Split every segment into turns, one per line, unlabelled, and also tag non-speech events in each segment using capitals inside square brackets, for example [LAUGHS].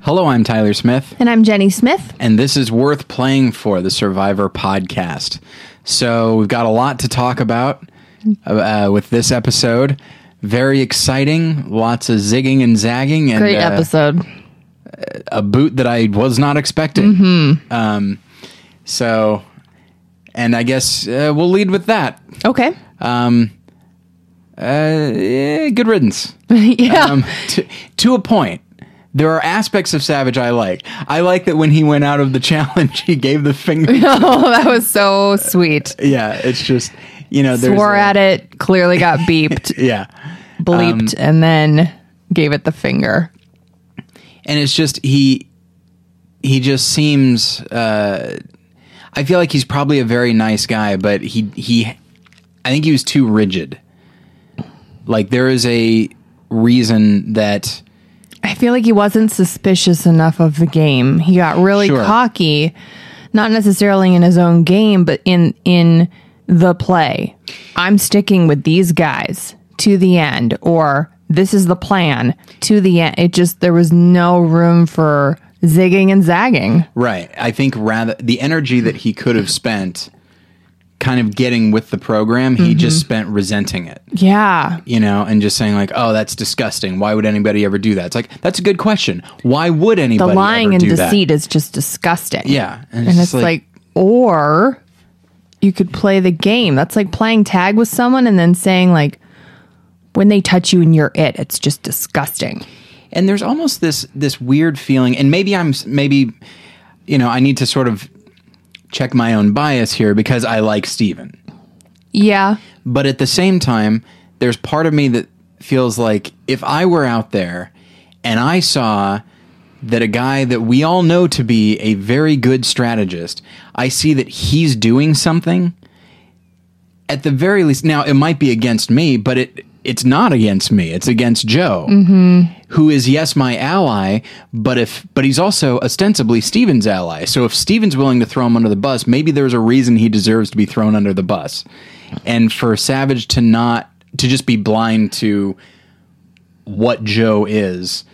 Hello, I'm Tyler Smith,
And I'm Jenny Smith.
and this is Worth Playing For, the Survivor podcast. So, we've got a lot to talk about uh, uh, with this episode. Very exciting, lots of zigging and zagging, and
Great
uh,
episode.
a boot that I was not expecting. Um,
Mm-hmm.
so, and I guess uh, we'll lead with that.
Okay.
Um, uh, eh, good riddance.
[LAUGHS] [LAUGHS] yeah.
um, to, to a point. There are aspects of Savage I like. I like that when he went out of the [LAUGHS] challenge, he gave the finger.
oh, that was so sweet.
yeah, it's just you know, there's
Swore
a- Um,
at it, clearly
[LAUGHS]
got beeped,
Yeah,
bleeped, and then gave it the finger.
and it's just he he just seems. Uh, I feel like he's probably a very nice guy, but he he, I think he was too rigid. Like there is a reason that
I feel like he wasn't suspicious enough of the game. He got really
Sure.
cocky, not necessarily in his own game, but in in the play. I'm sticking with these guys to the end, or this is the plan to the end. It just there was no room for zigging and zagging.
Right. I think rather the energy that he could have spent kind of getting with the program, he just
Mm-hmm.
spent resenting it,
Yeah,
you know, and just saying like, "Oh, that's disgusting. Why would anybody ever do that?" It's like, that's a good question. Why would
the
anybody
lying
ever
and
do that?
deceit is just disgusting.
Yeah.
and it's, like, or you could play the game. That's like playing tag with someone and then saying like when they touch you and you're it, it's just disgusting.
and there's almost this this weird feeling and maybe i'm maybe you know i need to sort of check my own bias here because i like steven
Yeah.
But at the same time, there's part of me that feels like if I were out there and I saw that a guy that we all know to be a very good strategist, I see that he's doing something. At the very least, now it might be against me, but it it's not against me. It's against Joe,
Mm-hmm.
who is yes my ally, but if but he's also ostensibly Steven's ally. So if Steven's willing to throw him under the bus, maybe there's a reason he deserves to be thrown under the bus. And for Savage to not to just be blind to what Joe is,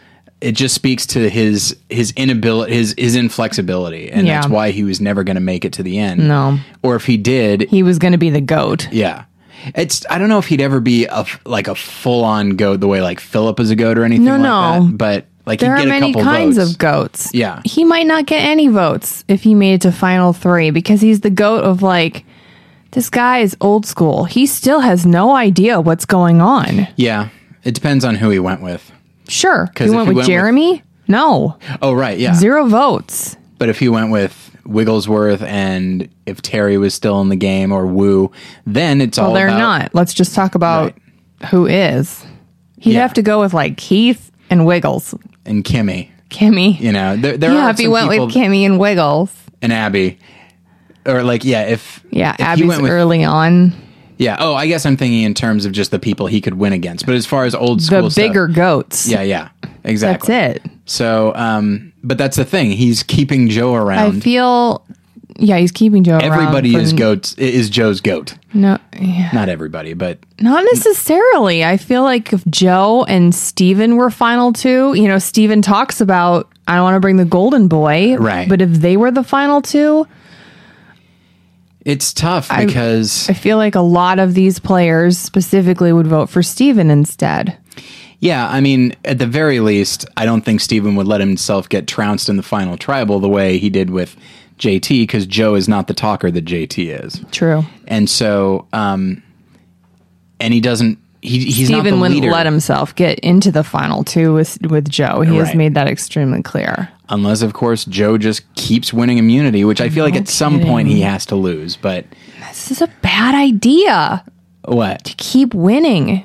it just speaks to his his inability, his his inflexibility, and
Yeah.
that's why he was never going to make it to the end.
No.
or if he did,
He was going to be the goat.
yeah. It's I don't know if he'd ever be a f- like a full on goat the way like Philip is a goat or anything
No,
like
no.
that. But like
There
he'd
are
get a
many
couple
kinds
votes.
of goats.
Yeah.
He might not get any votes if he made it to final 3 because he's the goat of like this guy is old school. He still has no idea what's going on.
yeah. It depends on who he went with.
Sure. He
if
went
he
with
went with-
Jeremy? no.
Oh right, yeah.
Zero votes.
But if he went with Wigglesworth and if Terry was still in the game or Woo, then it's all
Well, they're
about-
not. Let's just talk about who is. He'd
Yeah.
have to go with like Keith and Wiggles,
and Kimmy.
Kimmy.
You know, there, there
yeah,
are
if he
some
went
people
with Kimmy and Wiggles.
and Abby, or like yeah, if
Yeah,
if he
Abby's
went with-
early on
yeah. Oh, I guess I'm thinking in terms of just the people he could win against. But as far as old
the
school, stuff-
bigger goats.
yeah, yeah,
that's
exactly.
it.
So, um, but that's the thing. He's keeping Joe
I
around.
feel. Yeah, he's keeping Joe. around
Everybody
for-
is goats. Is Joe's goat?
No, yeah.
Not everybody, but
Not necessarily. I feel like if Joe and Steven were final two, you know, Steven talks about I want to bring the golden boy.
Right.
But if they were the final two,
it's tough because
I feel like a lot of these players specifically would vote for Steven instead.
yeah, I mean, at the very least, I don't think Steven would let himself get trounced in the final tribal the way he did with JT because Joe is not the talker that JT is,
True.
and so um, and he doesn't. He, he's not
Steven
the
wouldn't
leader
let himself get into the final two with, with Joe. He has
Right.
made that extremely clear.
unless, of course, Joe just keeps winning immunity, which I feel like at some point he has to lose. But
This is a bad idea.
what?
Keep winning.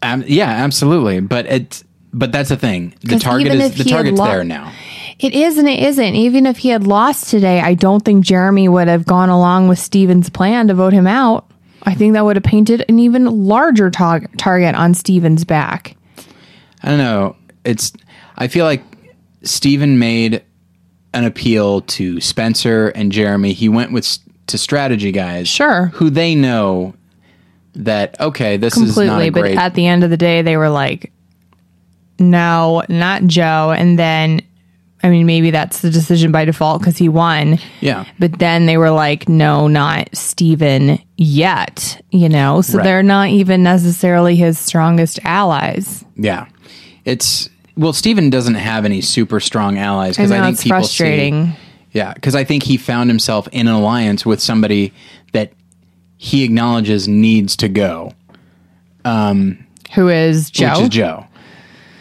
Um, yeah, absolutely. But it's but that's the thing. The
'Cause
target
even
is
if
the
he had
target's
lo-
there now.
It is and it isn't. Even if he had lost today, I don't think Jeremy would have gone along with Steven's plan to vote him out. I think that would have painted an even larger tar- target on Steven's back.
I don't know. It's I feel like Steven made an appeal to Spencer and Jeremy. He went with s- to strategy guys,
Sure.
who they know that okay, this is not
completely
a
but
great.
at the end of the day they were like no not joe and then I mean, maybe that's the decision by default because he won.
Yeah.
But then they were like, no, not Steven yet, you know? So
Right.
they're not even necessarily his strongest allies.
Yeah. It's well, Steven doesn't have any super strong allies because I,
I know,
think
it's
people
frustrating.
See, yeah, because I think he found himself in an alliance with somebody that he acknowledges needs to go,
Who is Joe?
which is Joe.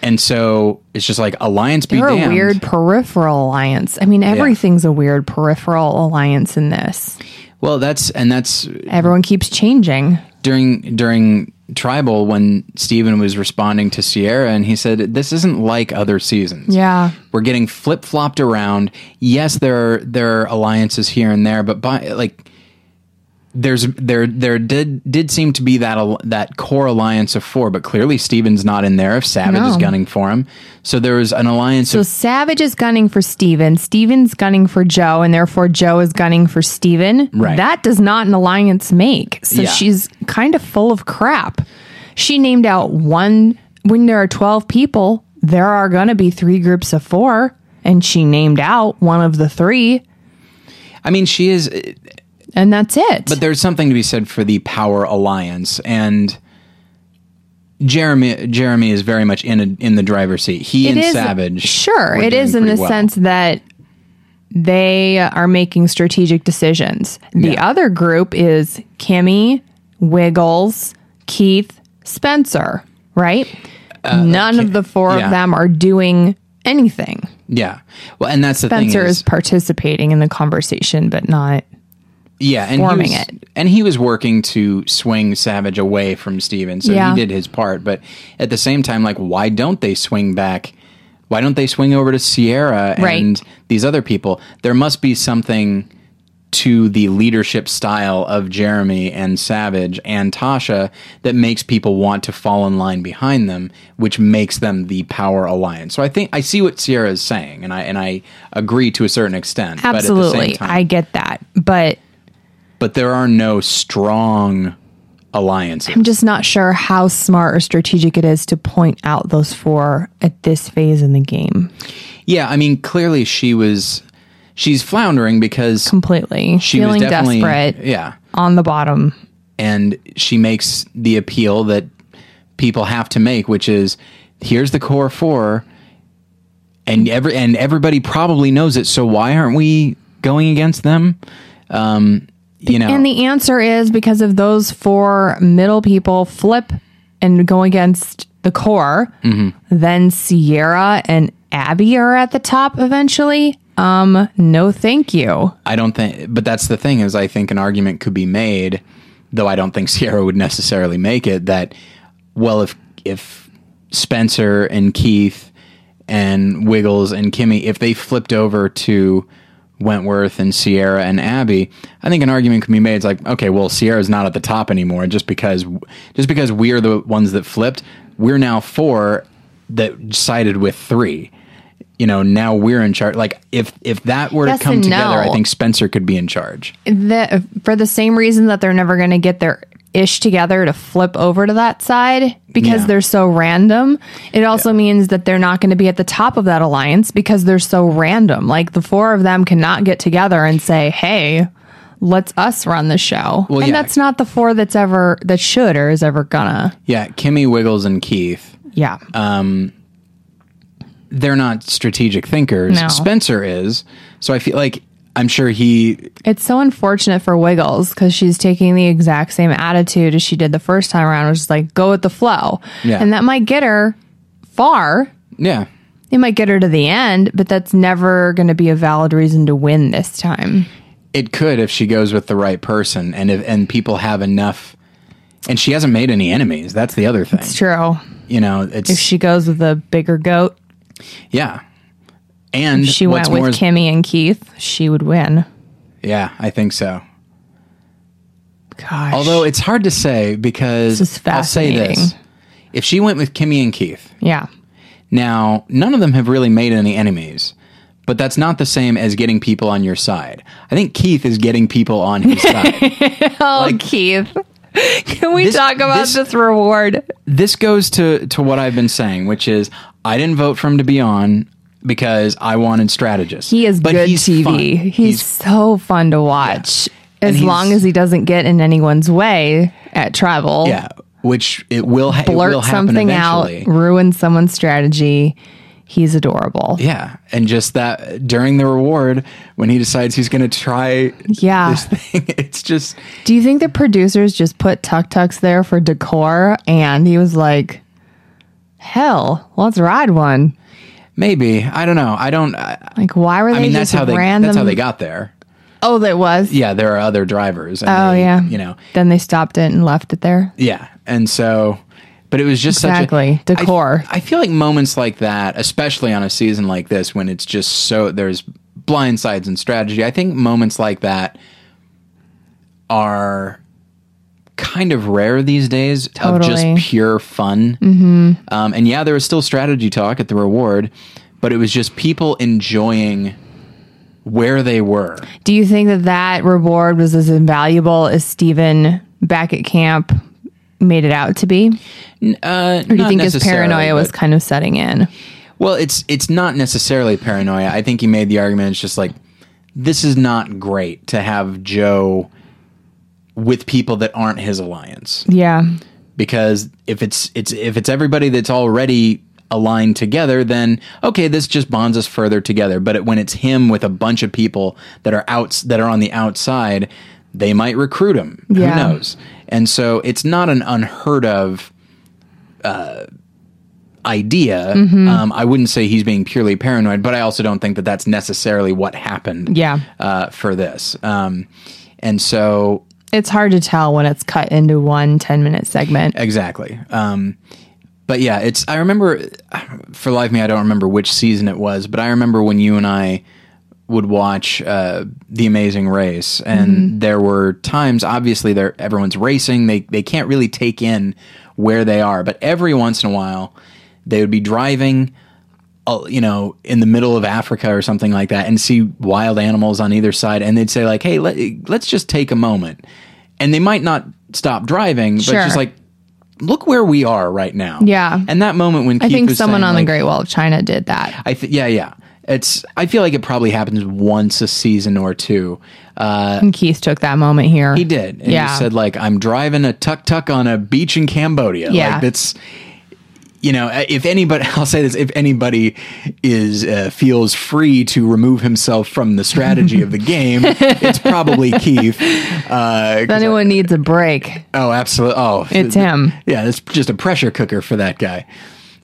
And so it's just like alliance be
They're a
damned.
weird peripheral alliance. I mean, everything's a weird peripheral alliance in this.
Well, that's and that's
Everyone keeps changing.
during during tribal when Steven was responding to Sierra and he said this isn't like other seasons.
Yeah.
We're getting flip flopped around. Yes, there are there are alliances here and there, but by like there's there there did did seem to be that al- that core alliance of four, but clearly Steven's not in there if Savage is
No.
gunning for him. So there was an alliance
So
of
Savage is gunning for Steven. Steven's gunning for Joe, and therefore Joe is gunning for Steven.
Right.
That does not an alliance make. So
Yeah.
she's kind of full of crap. She named out one when there are 12 people, there are going to be three groups of four. And she named out one of the three,
I mean she is
and that's it.
But there's something to be said for the power alliance, and Jeremy Jeremy is very much in a, in the driver's seat. He and
It is-
Savage,
Sure,
were
it
doing
is in the
pretty well.
sense that they are making strategic decisions. The
Yeah.
other group is Kimmy, Wiggles, Keith, Spencer, right? None of the four
Uh, yeah.
of them are doing anything.
Yeah, well, and that's the
Spencer
thing
is,
is,
participating in the conversation, but not.
yeah, and he
forming
was-
it.
and he was working to swing Savage away from Steven, so
Yeah.
he did his part. But at the same time, like, why don't they swing back? Why don't they swing over to Sierra
Right.
and these other people? There must be something to the leadership style of Jeremy and Savage and Tasha that makes people want to fall in line behind them, which makes them the power alliance. So I think I see what Sierra is saying, and I and I agree to a certain extent. but at the
Absolutely,
same time,
I get that, but
but there are no strong alliances.
I'm just not sure how smart or strategic it is to point out those four at this phase in the game
Yeah, I mean, clearly she was she's floundering because
completely.
she
feeling
was definitely
desperate.
Yeah,
on the bottom.
and she makes the appeal that people have to make, which is here's the core four, and every and everybody probably knows it. So why aren't we going against them? Um, you know,
And the answer is because of those four middle people flip and go against the core, then Sierra and Abby are at the top eventually. Um, no thank you.
I don't think, but that's the thing is, I think an argument could be made, though I don't think [LAUGHS] Sierra would necessarily make it. That well, if if Spencer and Keith and Wiggles and Kimmy, if they flipped over to Wentworth and Sierra and Abby, I think an argument can be made. It's like, okay, well, Sierra's not at the top anymore just because just because we're the ones that flipped. We're now four that sided with three. You know, now we're in charge. Like, if if that were
Yes
to come
and
together, I
no.
think Spencer could be in charge.
The, for the same reason that they're never going to get their ish together to flip over to that side because
Yeah.
they're so random. It also means that they're not going to be at the top of that alliance because they're so random. Like the four of them cannot get together and say, "Hey, let's us run the show." and
yeah.
that's not the four that's ever that should or is ever gonna. Uh,
Yeah, Kimmy, Wiggles, and Keith.
Yeah.
They're not strategic thinkers.
No.
Spencer is. So I feel like I'm sure he
It's so unfortunate for Wiggles because she's taking the exact same attitude as she did the first time around, which is like go with the flow.
Yeah.
And that might get her far.
yeah.
It might get her to the end, but that's never going to be a valid reason to win this time.
It could if she goes with the right person and if and people have enough and she hasn't made any enemies. That's the other thing.
It's true.
You know, it's
If she goes with a bigger goat,
yeah. And
she
what's
went with
more is-
Kimmy and Keith, she would win.
Yeah, I think so.
Gosh.
Although it's hard to say because
This is
I'll say this.
fascinating.
If she went with Kimmy and Keith,
yeah.
Now, none of them have really made any enemies, but that's not the same as getting people on your side. I think Keith is getting people on
[LAUGHS]
his side.
Oh, Keith. [LAUGHS] Can we
This-
talk about
this-
this reward?
This goes to, to what I've been saying, which is I didn't vote for him to be on. because I wanted strategists.
He is
but
good
he's
TV.
fun.
He's, so fun to watch.
And
As
he's-
long as he doesn't get in anyone's way at travel,
yeah, which it will ha- it will
blurt
happen
something
eventually.
out, ruin someone's strategy. He's adorable.
Yeah, and just that during the reward when he decides he's going to try
Yeah.
this [LAUGHS] thing, it's just
Do you think the producers just put Tuk Tuks there for decor? And he was like, hell, let's ride one.
maybe I don't know. I don't. I,
Like, why were they
I mean,
just
that's how they
random?
that's how they got there.
oh, that was?
Yeah, there are other drivers. And
Oh,
they,
yeah.
you know,
Then they stopped it and left it there.
Yeah. And so, but it was just
Exactly.
such a
Decor.
I, I feel like moments like that, especially on a season like this, when it's just so there's blind sides and strategy. I think moments like that are kind of rare these days of
Totally.
just pure fun. Mm-hmm. Um, and yeah, there was still strategy talk at the reward, but it was just people enjoying where they were.
Do you think that that reward was as invaluable as Steven back at camp made it out to be?
Uh,
Or do you think his paranoia was kind of setting in?
Well, it's it's not necessarily paranoia. I think he made the argument. It's just like this is not great to have Joe with people that aren't his alliance
Yeah.
because if it's it's if it's everybody that's already aligned together, then okay, this just bonds us further together. But it, when it's him with a bunch of people that are outs that are on the outside, they might recruit him.
Yeah.
Who knows? And so it's not an unheard of uh, idea.
Mm-hmm.
Um, I wouldn't say he's being purely paranoid, but I also don't think that that's necessarily what happened.
Yeah.
Uh, for this, um, and so
It's hard to tell when it's cut into one 10 minute segment.
Exactly. Um, but yeah, it's. I remember for life me, I don't remember which season it was, but I remember when you and I would watch uh, The Amazing Race, and there were times. Obviously, there everyone's racing; they they can't really take in where they are. But every once in a while, they would be driving. uh, You know, in the middle of Africa or something like that, and see wild animals on either side, and they'd say like, "Hey, let, let's just take a moment," and they might not stop driving, but
Sure.
just like look where we are right now.
Yeah.
And that moment when
I think someone on the Great Wall of China did that.
I th- yeah, yeah. It's. I feel like it probably happens once a season or two. Uh,
And Keith took that moment here.
he did. And
Yeah.
He said like, "I'm driving a tuk tuk on a beach in Cambodia."
Yeah.
Like that's. You know, if anybody, [LAUGHS] I'll say this: if anybody is uh, feels free to remove himself from the strategy of the
[LAUGHS]
game, it's probably Keith. Uh,
If anyone needs a break,
Oh, absolutely. Oh,
It's him.
Yeah, it's just a pressure cooker for that guy.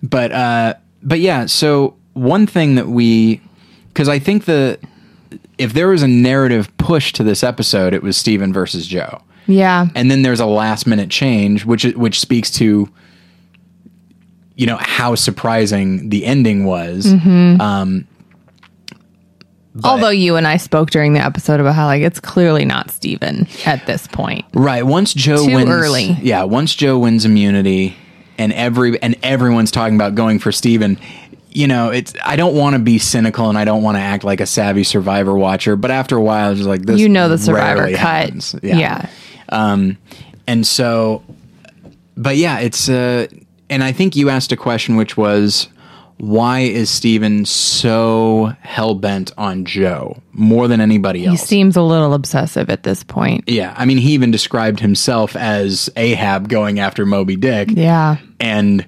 But uh, but yeah. So one thing that we, because I think the if there was a narrative push to this episode, it was Steven versus Joe,
yeah.
and then there's a last minute change, which which speaks to you know how surprising the ending was.
Mm-hmm.
Um, but-
Although you and I spoke during the episode about how like it's clearly not Steven at this point.
Right. Once Joe
Too
wins
early.
Yeah, once Joe wins immunity and every and everyone's talking about going for Steven, you know, it's I don't want to be cynical and I don't want to act like a savvy survivor watcher, but after a while it's just like this
You know the survivor
rarely
cut.
happens.
Yeah.
Um and so but yeah, it's uh and I think you asked a question which was why is Steven so hell bent on Joe more than anybody
He
else?
seems a little obsessive at this point.
Yeah, I mean, he even described himself as Ahab going after Moby Dick,
Yeah.
and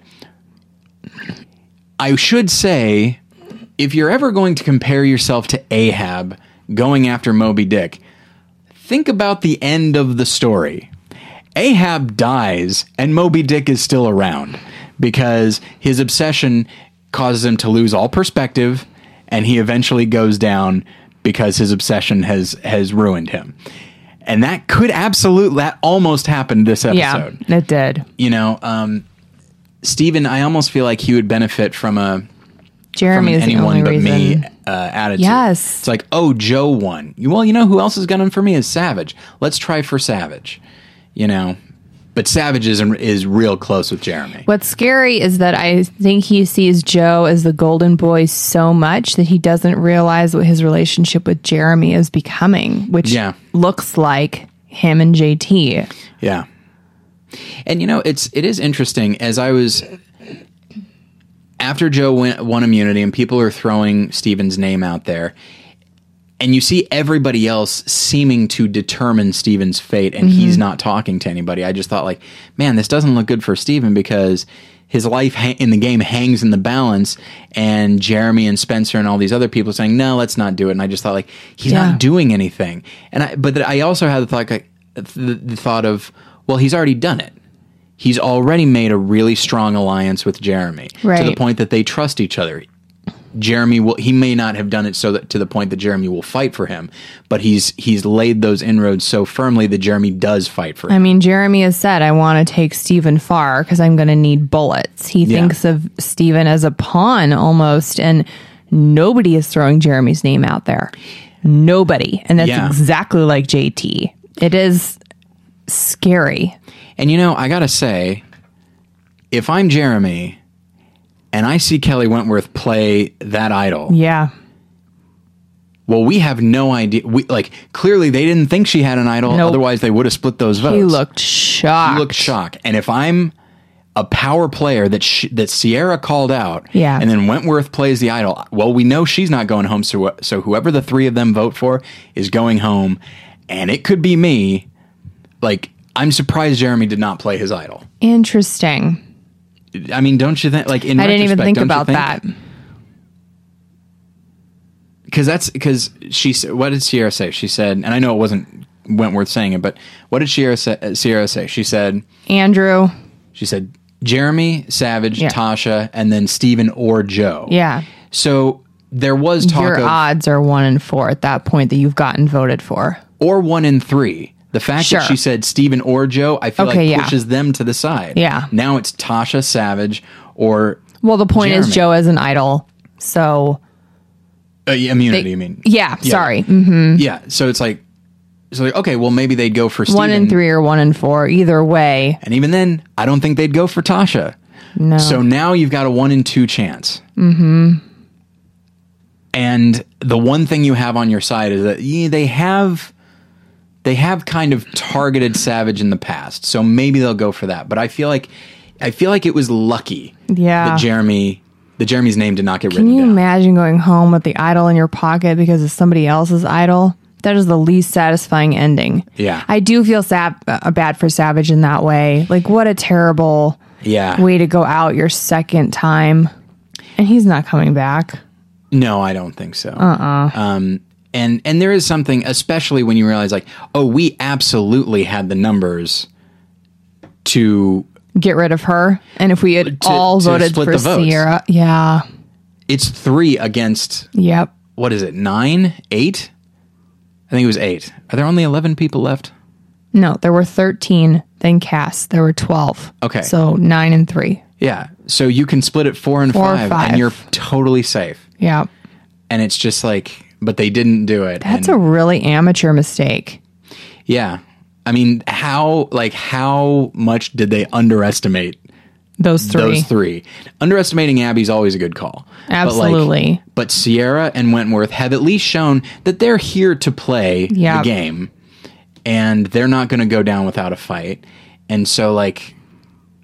I should say, if you're ever going to compare yourself to Ahab going after Moby Dick, think about the end of the story. Ahab dies, and Moby Dick is still around because his obsession causes him to lose all perspective, and he eventually goes down because his obsession has has ruined him. And that could absolutely that almost happened this
Yeah.
episode
It did.
you know um steven i almost feel like he would benefit from a from
Jeremy
an
is the
anyone
only
but
reason.
me uh, attitude
Yes.
it's like oh joe won You- well you know who else is gunning for me is savage let's try for savage you know but savage is, is real close with jeremy
What's scary is that I think he sees Joe as the golden boy so much that he doesn't realize what his relationship with Jeremy is becoming, which
Yeah.
looks like him and JT.
Yeah. And you know, it's it is interesting as I was after Joe win, won immunity and people are throwing Steven's name out there, and you see everybody else seeming to determine Steven's fate, and he's not talking to anybody. I just thought, like, man, this doesn't look good for Steven because his life ha- in the game hangs in the balance, and Jeremy and Spencer and all these other people saying, no, let's not do it. And I just thought, like, he's
Yeah.
not doing anything. And I, but I also had the thought, like, the, the thought of, well, he's already done it. He's already made a really strong alliance with Jeremy to the
Right.
point that they trust each other. Jeremy will he may not have done it so that to the point that Jeremy will fight for him, but he's he's laid those inroads so firmly that Jeremy does fight for
I
him.
mean, Jeremy has said, I want to take Steven far because I'm going to need bullets. He thinks of Steven as a pawn almost, and nobody is throwing Jeremy's name out there. Nobody. And that's
Yeah.
exactly like JT. It is scary.
And you know, I gotta say, if I'm Jeremy and I see Kelly Wentworth play that idol,
Yeah.
well, we have no idea. We like clearly they didn't think she had an idol,
Nope.
otherwise they would have split those votes.
He looked shocked.
I looked shocked. And if I'm a power player that sh- that Sierra called out,
Yeah.
and then Wentworth plays the idol, well, we know she's not going home. So wh- so whoever the three of them vote for is going home, and it could be me. Like I'm surprised Jeremy did not play his idol.
Interesting.
I mean, don't you think? Like in
I didn't even think about that.
because that's because she s- what did Sierra say? She said, and I know it wasn't Wentworth saying it, but what did Sierra say, uh, Sierra say? She said.
Andrew.
She said Jeremy, Savage,
Yeah.
Tasha, and then Steven or Joe.
Yeah.
So there was talk
Your
of
odds are one in four at that point that you've gotten voted for.
or one in three. The fact
Sure.
that she said Steven or Joe, I feel
Okay,
like
yeah.
pushes them to the side.
Yeah.
Now it's Tasha, Savage, or
Well, the point is
Jeremy.
Joe is an idol. So,
uh, immunity. I mean,
yeah, sorry. Mm-hmm.
yeah. So it's like, so like, okay, well maybe they'd go for Steven.
One in three or one in four, either way.
And even then, I don't think they'd go for Tasha.
No.
So now you've got a one in two chance. Mm-hmm. And the one thing you have on your side is that yeah, they have they have kind of targeted Savage in the past, so maybe they'll go for that. But I feel like I feel like it was lucky
Yeah.
that Jeremy that Jeremy's name did not get
Can
written
you
down.
imagine going home with the idol in your pocket because of somebody else's idol? That is the least satisfying ending.
Yeah.
I do feel sab- uh, bad for Savage in that way. Like, what a terrible
yeah.
way to go out your second time. And he's not coming back.
No, I don't think so. Uh-uh. Um, and and there is something, especially when you realize, like, oh, we absolutely had the numbers to.
Get rid of her. And if we had
To-
all
to
voted
split
for
the votes.
Sierra, yeah.
It's three against
Yep.
what is it? Nine, eight? I think it was eight. Are there only eleven people left?
No, there were 13, then Cass. There were 12.
Okay.
So nine and three.
Yeah. So you can split it four and
Four or
five,
five.
and you're totally safe.
Yeah.
And it's just like, but they didn't do it.
That's
and,
a really amateur mistake.
yeah. I mean, how like how much did they underestimate
Those three.
those three. Underestimating Abby's always a good call. But, like,
Absolutely.
But, Sierra and Wentworth have at least shown that they're here to play
Yeah.
the game and they're not going to go down without a fight. And so, like,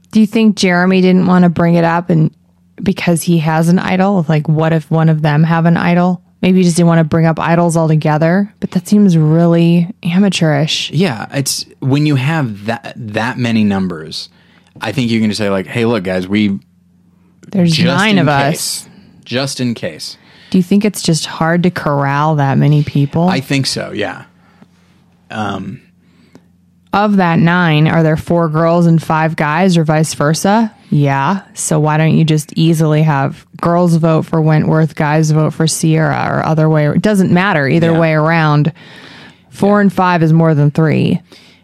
Do you think Jeremy didn't want to bring it up and because he has an idol? Like what if one of them have an idol? Maybe he just didn't want to bring up idols altogether, but that seems really amateurish.
yeah, it's when you have that that many numbers, I think you can just say like, "Hey, look, guys, we
There's
just
nine
in
of us.
case, just in case."
Do you think it's just hard to corral that many people?
I think so. Yeah,
of that nine, are there four girls and five guys or vice versa? Yeah. So why don't you just easily have girls vote for Wentworth, guys vote for Sierra or other way? It doesn't matter either
Yeah.
way around. Four and five is more than three.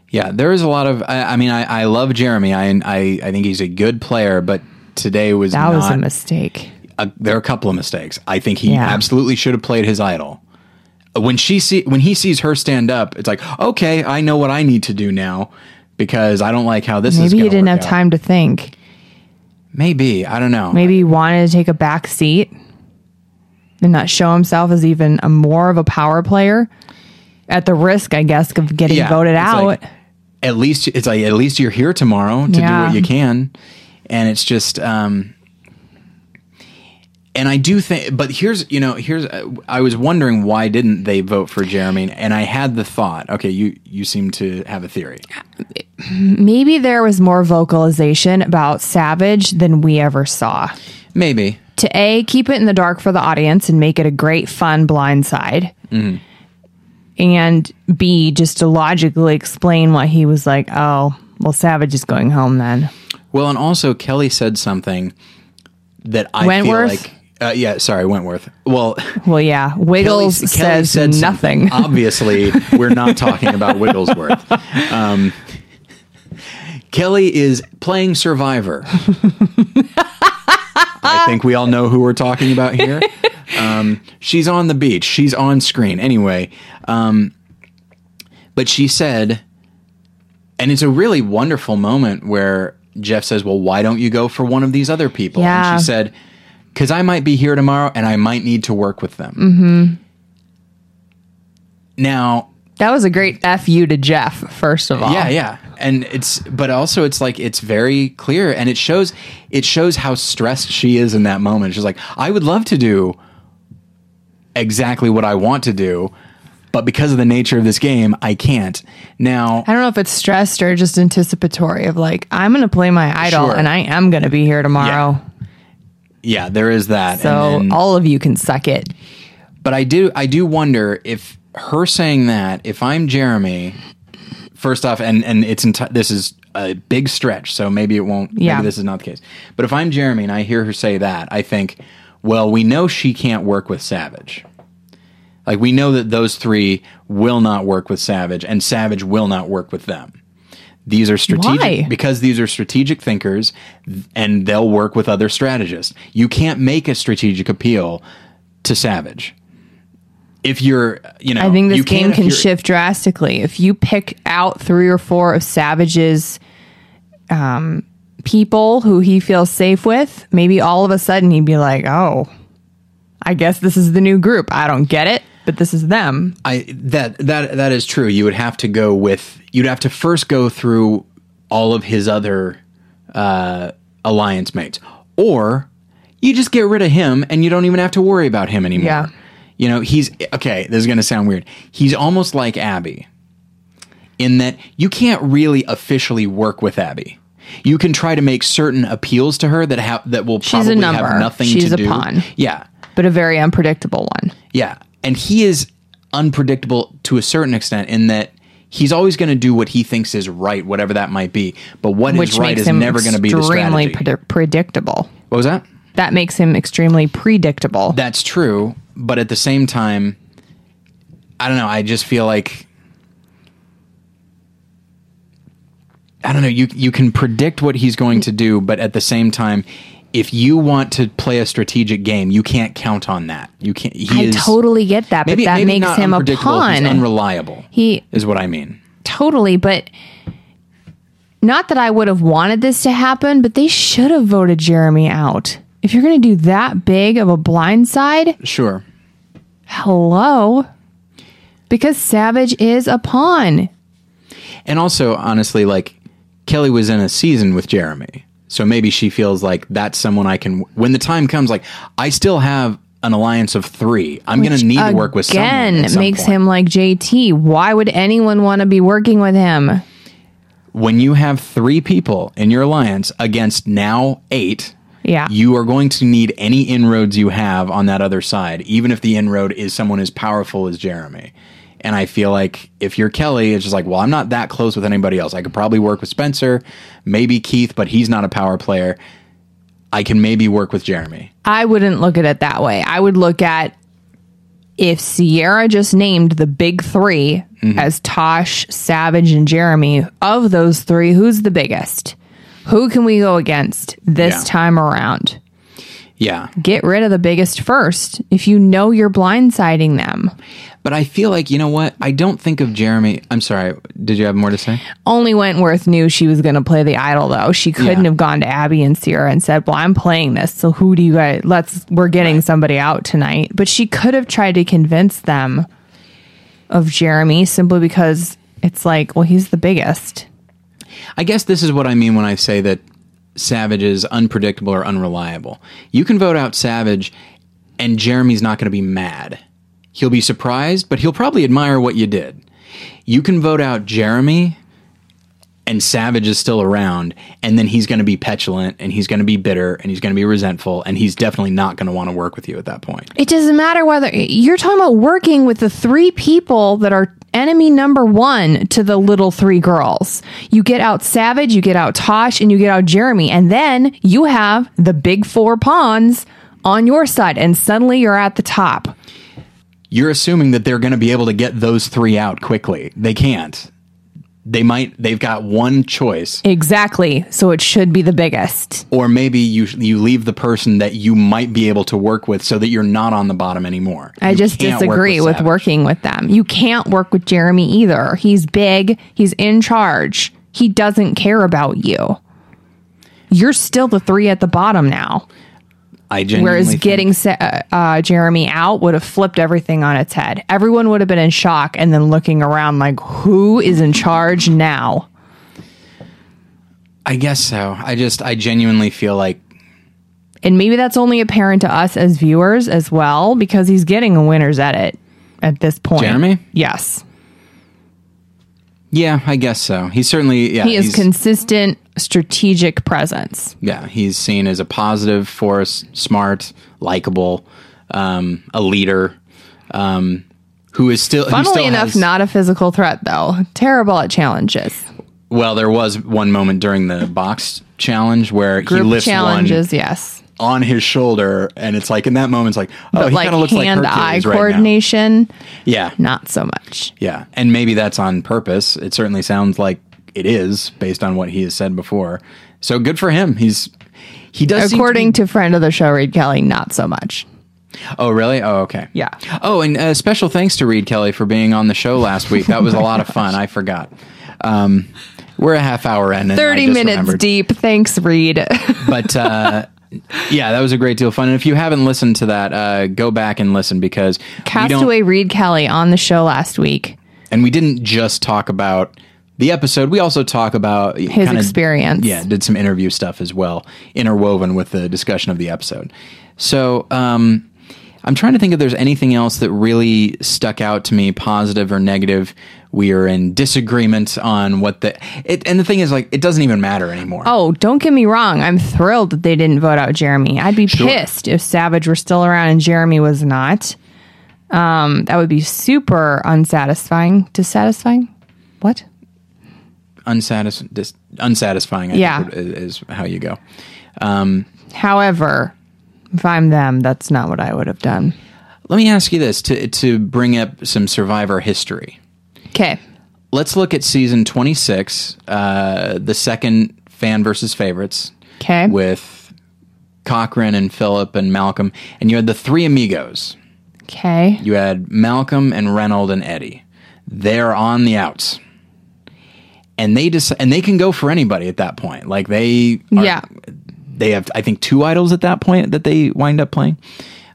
Yeah, there is a lot of. I, I mean, I, I love Jeremy. I, I I think he's a good player, but today was
That
not,
was a mistake.
a, there are a couple of mistakes. I think he
Yeah.
absolutely should have played his idol. When she see when he sees her stand up, it's like, okay, I know what I need to do now because I don't like how this is.
Maybe you
gonna
didn't
work
have
out.
time to think.
Maybe I don't know.
Maybe he wanted to take a back seat and not show himself as even a more of a power player at the risk, I guess, of getting
Yeah,
voted
it's
out.
like, at least it's like at least you're here tomorrow to
Yeah.
do what you can, and it's just um, and I do think, but here's you know here's I was wondering why didn't they vote for Jeremy, and I had the thought, okay, you you seem to have a theory.
Maybe there was more vocalization about Savage than we ever saw.
Maybe
To A, keep it in the dark for the audience and make it a great, fun blindside.
Mm-hmm.
And B, just to logically explain why he was like, oh, well, Savage is going home then.
Well, and also Kelly said something that I
Wentworth?
feel like. Uh, yeah, sorry, Wentworth. Well, [LAUGHS]
Well, yeah.
Kelly,
Wiggles
Kelly
says
said uh, something.
nothing. [LAUGHS]
Obviously, we're not talking about Wigglesworth. Um, Kelly is playing
[LAUGHS]
Survivor. I think we all know who we're talking about
[LAUGHS]
here. Um, she's on the beach. She's on screen. Anyway, um, but she said, and it's a really wonderful moment where Jeff says, Well, why don't you go for one of these other people?
Yeah.
And she said, Because I might be here tomorrow and I might need to work with them. Now,
That was a great F you to Jeff, first of all.
yeah, yeah. And it's, but also it's like, it's very clear and it shows, it shows how stressed she is in that moment. She's like, I would love to do exactly what I want to do, but because of the nature of this game, I can't. Now,
I don't know if it's stressed or just anticipatory of like, I'm going to play my idol
Sure.
and I am going to be here tomorrow.
yeah, there is that.
So
And then-
all of you can suck it.
but I do I do wonder if her saying that if I'm Jeremy first off and and it's enti- this is a big stretch so maybe it won't
Yeah.
maybe this is not the case but if I'm Jeremy and I hear her say that I think well we know she can't work with Savage like we know that those three will not work with Savage and Savage will not work with them these are strategic
Why?
because these are strategic thinkers th- and they'll work with other strategists. You can't make a strategic appeal to Savage. If you're, you know,
I think this
you
game
if
can
you're-
shift drastically. If you pick out three or four of Savage's um, people who he feels safe with, maybe all of a sudden he'd be like, oh, I guess this is the new group. I don't get it, but this is them.
I that that that is true. You would have to go with you'd have to first go through all of his other uh, alliance mates, or you just get rid of him and you don't even have to worry about him anymore.
Yeah.
You know, he's okay. This is going to sound weird. He's almost like Abby in that you can't really officially work with Abby. You can try to make certain appeals to her that ha- that will
a
probably
number.
have nothing
She's
to
a
do.
pawn.
Yeah.
But a very unpredictable one.
Yeah. And he is unpredictable to a certain extent in that he's always going to do what he thinks is right, whatever that might be. But what is
Which
right
makes
is
him
never going to be the
extremely
strategy.
pred- predictable.
what was that?
That makes him extremely predictable.
That's true. But at the same time, I don't know. I just feel like. I don't know. You you can predict what he's going to do, but at the same time, if you want to play a strategic game, you can't count on that. You can't. He
I
is,
totally get that, but that makes
not
him a
unpredictable, he's
pawn.
unreliable.
He-
is what I mean.
totally, but not that I would have wanted this to happen, but they should have voted Jeremy out. If you're going to do that big of a blindside,
Sure.
hello. Because Savage is a pawn.
And also, honestly, like Kelly was in a season with Jeremy, so maybe she feels like that's someone I can. When the time comes, like I still have an alliance of three. I'm going to need to work with someone.
Again,
at some
makes
point.
him like JT. Why would anyone want to be working with him?
when you have three people in your alliance against now eight.
Yeah.
You are going to need any inroads you have on that other side, even if the inroad is someone as powerful as Jeremy. And I feel like if you're Kelly, it's just like, well, I'm not that close with anybody else. I could probably work with Spencer, maybe Keith, but he's not a power player. I can maybe work with Jeremy.
I wouldn't look at it that way. I would look at if Sierra just named the big 3 as Tosh, Savage, and Jeremy, of those three, who's the biggest? Who can we go against this
Yeah.
time around?
Yeah.
Get rid of the biggest first if you know you're blindsiding them.
But I feel like, you know what? I don't think of Jeremy. I'm sorry. Did you have more to say?
Only Wentworth knew she was going to play the idol, though. She couldn't
Yeah.
have gone to Abby and Sierra and said, "Well, I'm playing this, so who do you guys? Let's we're getting somebody out tonight." But she could have tried to convince them of Jeremy simply because it's like, well, he's the biggest.
I guess this is what I mean when I say that Savage is unpredictable or unreliable. You can vote out Savage, and Jeremy's not going to be mad. He'll be surprised, but he'll probably admire what you did. You can vote out Jeremy, and Savage is still around, and then he's going to be petulant, and he's going to be bitter, and he's going to be resentful, and he's definitely not going to want to work with you at that point.
It doesn't matter whether you're talking about working with the three people that are enemy number one to the little three girls. You get out Savage, you get out Tosh, and you get out Jeremy. And then you have the big four pawns on your side, and suddenly you're at the top.
You're assuming that they're going to be able to get those three out quickly. They can't. They might. They've got one choice.
Exactly. So it should be the biggest.
or maybe you you leave the person that you might be able to work with so that you're not on the bottom anymore.
I
You
just
can't work
disagree with,
Savage.
working with them. You can't work with Jeremy either. He's big, he's in charge, he doesn't care about you. You're still the three at the bottom now.
I genuinely
Whereas
think-
getting Sa- uh, uh, Jeremy out would have flipped everything on its head. Everyone would have been in shock and then looking around like, who is in charge now?
I guess so. I just I genuinely feel like
And maybe that's only apparent to us as viewers as well because he's getting a winner's edit at this point.
Jeremy?
Yes.
yeah, I guess so. He's certainly yeah.
He is
he's,
consistent, strategic presence.
yeah. He's seen as a positive force, smart, likable, um, a leader, um, who is still. who
Funnily
still
enough,
has-
not a physical threat though. Terrible at challenges.
Well, there was one moment during the box challenge where he
Group
lifts one
challenges, yes.
on his shoulder, and it's like in that moment, it's like oh,
But
he
like
kind of looks like
hand-eye
Hercules right now.
coordination,
Yeah,
not so much.
Yeah, and maybe that's on purpose. It certainly sounds like it is based on what he has said before. So good for him. He's he does. seem to
According to friend of the show, Reed Kelly, not so much.
be- oh, really? Oh, okay.
Yeah.
Oh, and uh, special thanks to Reed Kelly for being on the show last week. That was a
[LAUGHS]
lot of fun. I forgot. Um, we're a half hour in. and I
30
just
minutes
remembered.
deep. Thanks, [LAUGHS] Reed.
but uh, yeah, that was a great deal of fun. And if you haven't listened to that, uh, go back and listen because we don't-
Castaway Reed Kelly on the show last week.
and we didn't just talk about the episode. We also talk about his
experience.
Yeah, did some interview stuff as well, interwoven with the discussion of the episode. So um, I'm trying to think if there's anything else that really stuck out to me, positive or negative. We are in disagreement on what the it, and the thing is like it doesn't even matter anymore.
Oh, don't get me wrong. I'm thrilled that they didn't vote out Jeremy. I'd be pissed if Savage were still around and Jeremy was not. Um, that would be super unsatisfying. Dissatisfying? What?
Unsatisf- dis- unsatisfying. I
Yeah.
think, would- is, is how you go.
However, if I'm them, that's not what I would have done.
Let me ask you this to to bring up some survivor history.
Okay.
let's look at season 26 uh, the second fan versus favorites
'Kay.
with cochrane and philip and malcolm and you had the three amigos
Okay.
you had malcolm and reynold and eddie they're on the outs and they just and they can go for anybody at that point like they are-
Yeah.
they have i think two idols at that point that they wind up playing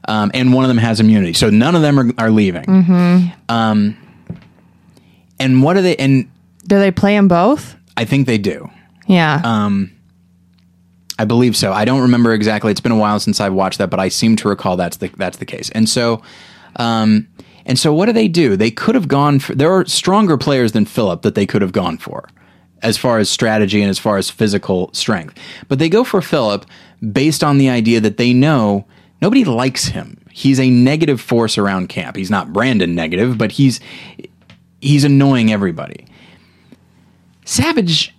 um, and one of them has immunity so none of them are, are leaving um, and what are they and
Do they play them both?
I think they do.
Yeah.
I believe so. I don't remember exactly. It's been a while since I've watched that, but I seem to recall that's the that's the case. And so, um, and so, what do they do? They could have gone. For, there are stronger players than Philip that they could have gone for, as far as strategy and as far as physical strength. But they go for Philip based on the idea that they know nobody likes him. He's a negative force around camp. He's not Brandon negative, but he's he's annoying everybody. Savage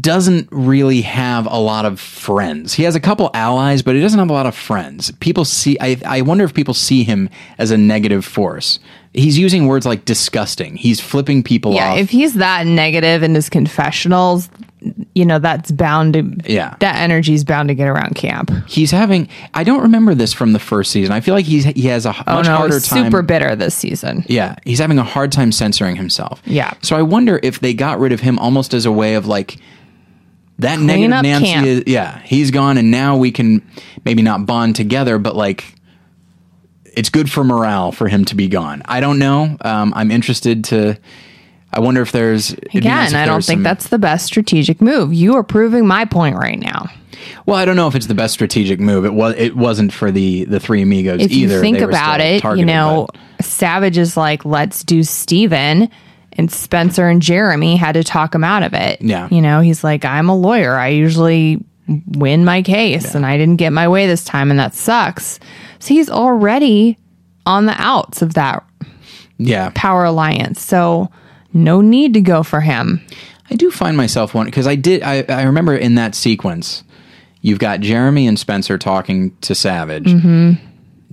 doesn't really have a lot of friends. He has a couple allies, but he doesn't have a lot of friends. People see, I, I wonder if people see him as a negative force. He's using words like disgusting. He's flipping people
yeah.
off.
If he's that negative in his confessionals, you know, that's bound to,
Yeah.
that energy's bound to get around camp.
he's having, I don't remember this from the first season. I feel like he's, he has a h-
Oh
much
no,
harder
he's
time.
super bitter this season.
Yeah, he's having a hard time censoring himself.
Yeah.
So I wonder if they got rid of him almost as a way of like that negative
up
Nancy.
camp.
Is, yeah, he's gone, and now we can maybe not bond together, but like it's good for morale for him to be gone. I don't know. Um, I'm interested to I wonder if there's it'd be nice if
Again, I
there
don't
was
think
some-
that's the best strategic move. You are proving my point right now.
Well, I don't know if it's the best strategic move. It was. It wasn't for the the three amigos
If
either.
you think
They were
about
still
it,
targeted,
you know,
but-
Savage is like, let's do Steven. And Spencer and Jeremy had to talk him out of it.
Yeah.
You know, he's like, I'm a lawyer. I usually win my case and I didn't get my way this time and that sucks. So he's already on the outs of that
yeah,
power alliance. So no need to go for him.
I do find myself one because I did. I, I remember in that sequence, you've got Jeremy and Spencer talking to Savage. Mm-hmm.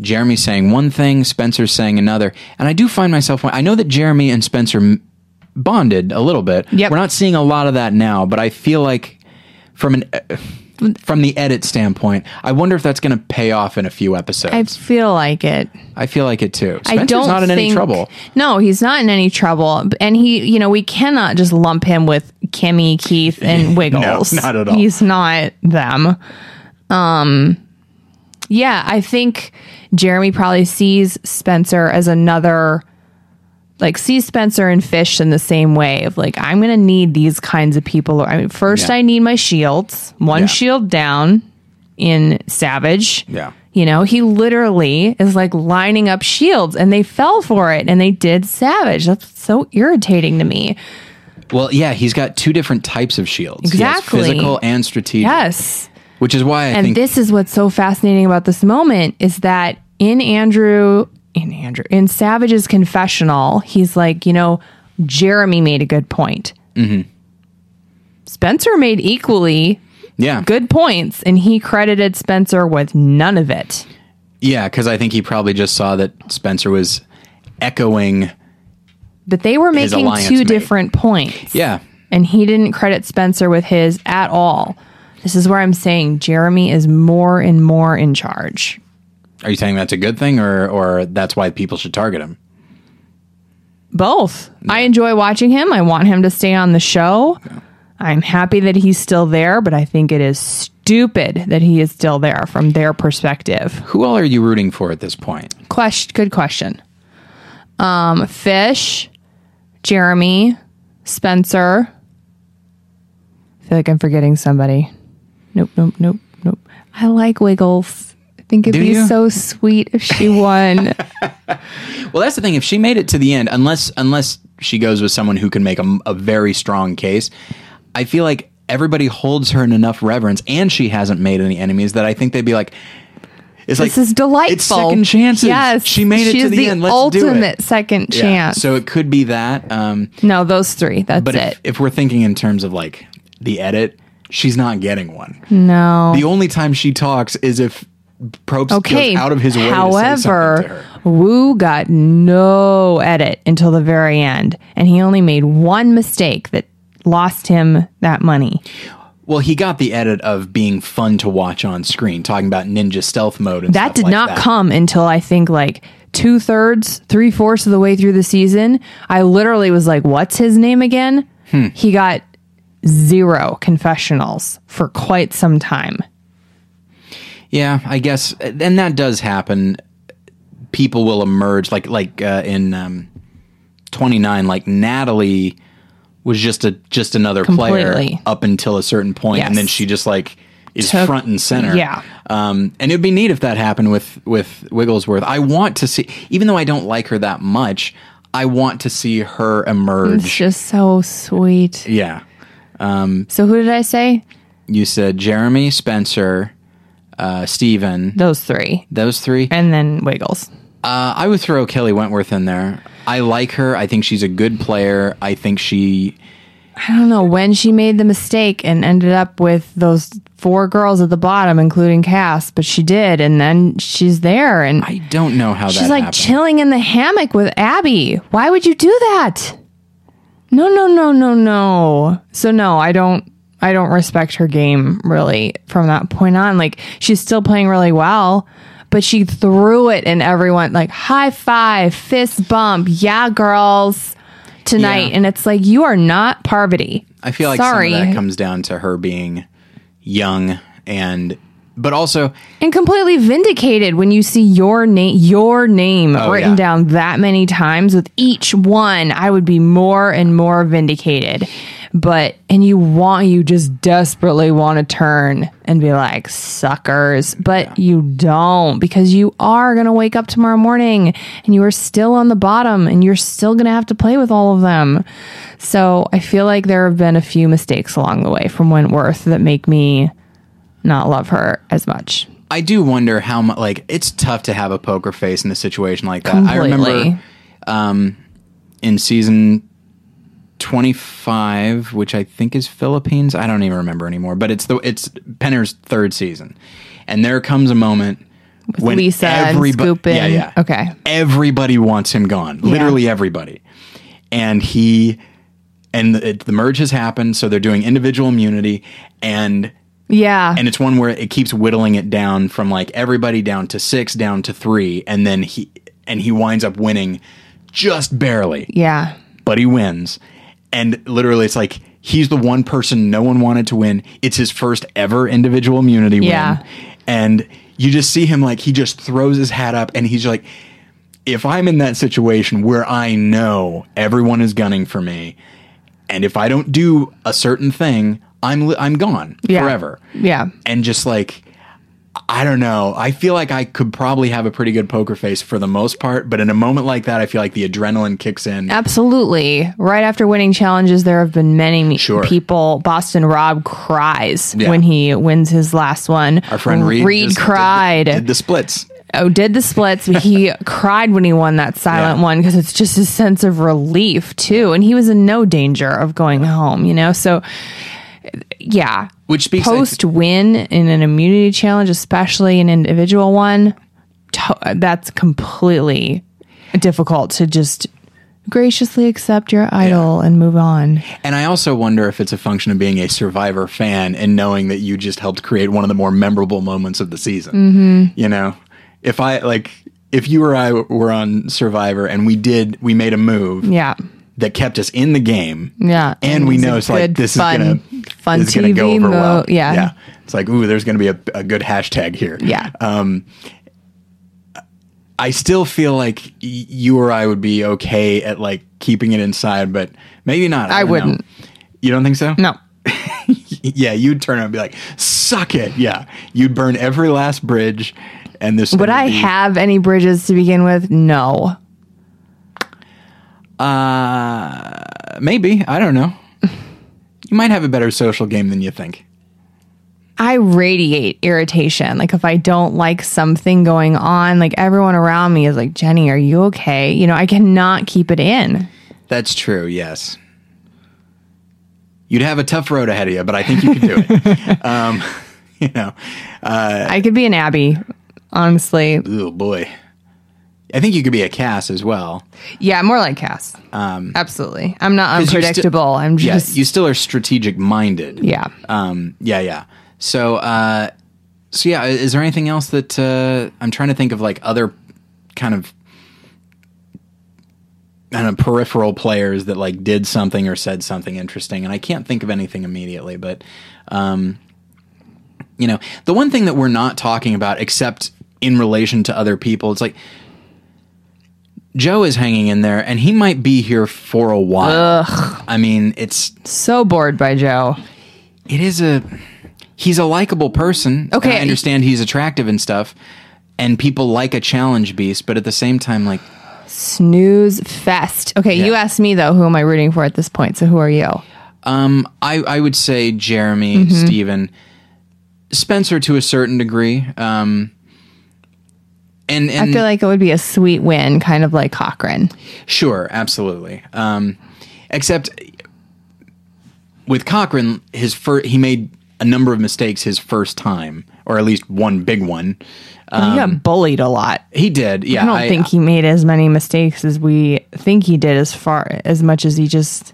Jeremy's saying one thing, Spencer's saying another, and I do find myself. I know that Jeremy and Spencer m- bonded a little bit.
Yep.
We're not seeing a lot of that now, but I feel like from an uh, from the edit standpoint, I wonder if that's going to pay off in a few episodes.
I feel like it.
I feel like it too. Spencer's
I don't
not in
think,
any trouble.
No, he's not in any trouble. And he, you know, we cannot just lump him with Kimmy, Keith,
[LAUGHS]
and Wiggles.
not at all.
He's not them. Um, yeah, I think Jeremy probably sees Spencer as another, like sees Spencer and Fish in the same way of like I'm going to need these kinds of people. I mean, first
Yeah.
I need my shields. One
Yeah.
shield down in Savage.
Yeah.
You know, he literally is like lining up shields and they fell for it and they did Savage. That's so irritating to me.
Well, yeah, he's got two different types of shields. He has
Exactly.
physical and strategic.
Yes.
Which is why I
And
think
this is what's so fascinating about this moment is that in Andrew, in Andrew, in Savage's confessional, he's like, you know, Jeremy made a good point. Mm-hmm. Spencer made equally
yeah.
good points and he credited Spencer with none of it.
Yeah, cuz I think he probably just saw that Spencer was echoing
But they were
His
making
alliance
two
mate.
different points.
yeah.
and he didn't credit Spencer with his at all. This is where I'm saying Jeremy is more and more in charge.
Are you saying that's a good thing or or that's why people should target him?
Both. I enjoy watching him. I want him to stay on the show. I'm happy that he's still there, but I think it is stupid that he is still there from their perspective.
Who all are you rooting for at this point?
Question, good question. Um, Fish, Jeremy, Spencer. I feel like I'm forgetting somebody. Nope, nope, nope, nope. I like Wiggles. I think it'd
Do
be
you?
so sweet if
[LAUGHS]
she won.
Well, that's the thing. If she made it to the end, unless unless she goes with someone who can make a, a very strong case, I feel like everybody holds her in enough reverence, and she hasn't made any enemies that I think they'd be like, "It's like
this is delightful.
It's second chances.
Yes,
she made it
she's
to the, end. Let's
ultimate
do it.
second
Yeah,
chance.
So it could be that. Um,
no, those three. That's
but
it.
if, if we're thinking in terms of like the edit, she's not getting one.
no.
The only time she talks is if Probst
Okay.
goes out of his way to say
However,
something to her.
Wu got no edit until the very end, and he only made one mistake that lost him that money.
Well, he got the edit of being fun to watch on screen, talking about ninja stealth mode and
That
stuff
did
like
not
that.
come until I think like two thirds, three fourths of the way through the season. I literally was like, "What's his name again?"
Hmm.
He got zero confessionals for quite some time.
Yeah, I guess, and that does happen. People will emerge, like like uh, in um, twenty nine. Like Natalie was just a just another player
Completely.
up until a certain point, and
Yes.
then she just like is
Took-
front and center.
yeah.
um, and it'd be neat if that happened with with Wigglesworth. I want to see, even though I don't like her that much, I want to see her
It's
emerge.
just so sweet.
Yeah.
So who did I say?
You said Jeremy, Spencer, uh, Steven,
Those three,
those three. Uh,
and then Wiggles.
I would throw Kelly Wentworth in there. I like her. I think she's a good player. I think she.
I don't know when she made the mistake and ended up with those four girls at the bottom, including Cass, but she did. And then she's there and
I don't know how
she's
that
like
happened.
chilling in the hammock with Abby. Why would you do that? No, no, no, no, no. So no, I don't. I don't respect her game really from that point on. Like she's still playing really well, but she threw it and everyone like high five, fist bump, yeah, girls tonight.
Yeah.
And it's like you are not Parvati.
I feel like
sorry.
some of that comes down to her being young and but also
and completely vindicated when you see your name your name
Oh,
written
yeah.
down that many times with each one i would be more and more vindicated but and you want you just desperately want to turn and be like suckers but you don't because you are going to wake up tomorrow morning and you are still on the bottom and you're still going to have to play with all of them so i feel like there have been a few mistakes along the way from wentworth that make me not love her as much.
I do wonder how much like it's tough to have a poker face in a situation like that. I remember
Completely.
um, in season twenty five, which I think is Philippines. I don't even remember anymore, but it's the it's Penner's third season, and there comes a moment when
Lisa and
everybo-
Scoop
yeah,
and-
yeah,
okay.
everybody wants him gone. Literally everybody, and he and the, it, the merge has happened, so they're doing individual immunity and
Yeah.
and it's one where it keeps whittling it down from like everybody down to six down to three and then he and he winds up winning just barely
yeah.
but he wins and literally it's like he's the one person no one wanted to win it's his first ever individual immunity
Yeah.
win and you just see him like he just throws his hat up and he's like if i'm in that situation where i know everyone is gunning for me and if i don't do a certain thing i'm li- i'm gone
Yeah.
forever
Yeah.
and just like I don't know. I feel like I could probably have a pretty good poker face for the most part, but in a moment like that, I feel like the adrenaline kicks in.
Absolutely. Right after winning challenges, there have been many me-
Sure.
people. Boston Rob cries
Yeah.
when he wins his last one.
Our friend Reed, just did the-
cried.
did the splits.
oh, did the splits, but he [LAUGHS] cried when he won that silent
Yeah.
one because it's just a sense of relief too. And he was in no danger of going home, you know. So, yeah.
Which speaks I
post win in an immunity challenge, especially an individual one, to- that's completely difficult to just graciously accept your idol and move on.
And I also wonder if it's a function of being a Survivor fan and knowing that you just helped create one of the more memorable moments of the season.
Mm-hmm.
You know, if I like, if you or I were on Survivor and we did, we made a move
Yeah.
that kept us in the game.
Yeah.
And we
It's
know
a
it's like
good,
this
fun-
is gonna
fun
this is gonna go
TV
over
mo-
well.
yeah.
yeah. It's like ooh, there's gonna be a, a good hashtag here.
Yeah.
Um, I still feel like y- you or I would be okay at like keeping it inside, but maybe not. I,
I
don't know.
wouldn't.
You don't think so?
No.
[LAUGHS] Yeah, you'd turn around and be like, "Suck it!" Yeah, you'd burn every last bridge, and this
Would I
be-
have any bridges to begin with? No.
maybe I don't know. [LAUGHS] you might have a better social game than you think.
I radiate irritation. Like if I don't like something going on, like everyone around me is like, "Jenny, are you okay?" You know, I cannot keep it in.
That's true, yes. You'd have a tough road ahead of you, but I think you could do it. um,
[LAUGHS]
[LAUGHS] you know,
I could be an Abby, honestly.
oh boy. I think you could be a Cass as well.
Yeah, more like Cass. Absolutely. I'm
Um,
not
'Cause you sti-
unpredictable. I'm just
yeah, you still are strategic minded.
yeah.
Um, yeah, yeah. So, uh, so yeah, is there anything else that uh, I'm trying to think of like other kind of I don't know, peripheral players that like did something or said something interesting, and I can't think of anything immediately. But um, you know, the one thing that we're not talking about, except in relation to other people, it's like Joe is hanging in there, and he might be here for a while. I mean, it's
So bored by Joe.
it is a he's a likable person. and
Okay.
I understand he's attractive and stuff, and people like a challenge beast, but at the same time, like
Snooze fest. Okay, you
Yeah.
asked me though, who am I rooting for at this point? So who are you?
um, I I would say Jeremy,
Mm-hmm.
Steven, Spencer to a certain degree, um, and and
I feel like it would be a sweet win, kind of like Cochrane.
Sure, absolutely. Um, except with Cochran, his fir- he made a number of mistakes his first time, or at least one big one.
he got bullied a lot.
He did. Yeah,
I don't think he made as many mistakes as we think he did as far as much as he just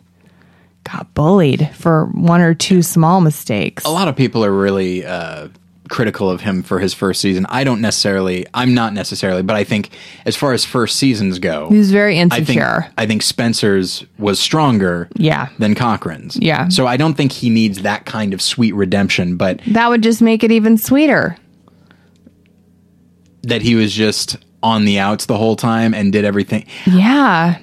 got bullied for one or two small mistakes.
a lot of people are really uh, critical of him for his first season. I don't necessarily. I'm not necessarily, but I think as far as first seasons go,
He was very
I think
insecure.
I think Spencer's was stronger.
Yeah.
Than Cochran's.
Yeah.
So I don't think he needs that kind of sweet redemption, but
that would just make it even sweeter.
that he was just on the outs the whole time and did everything.
Yeah.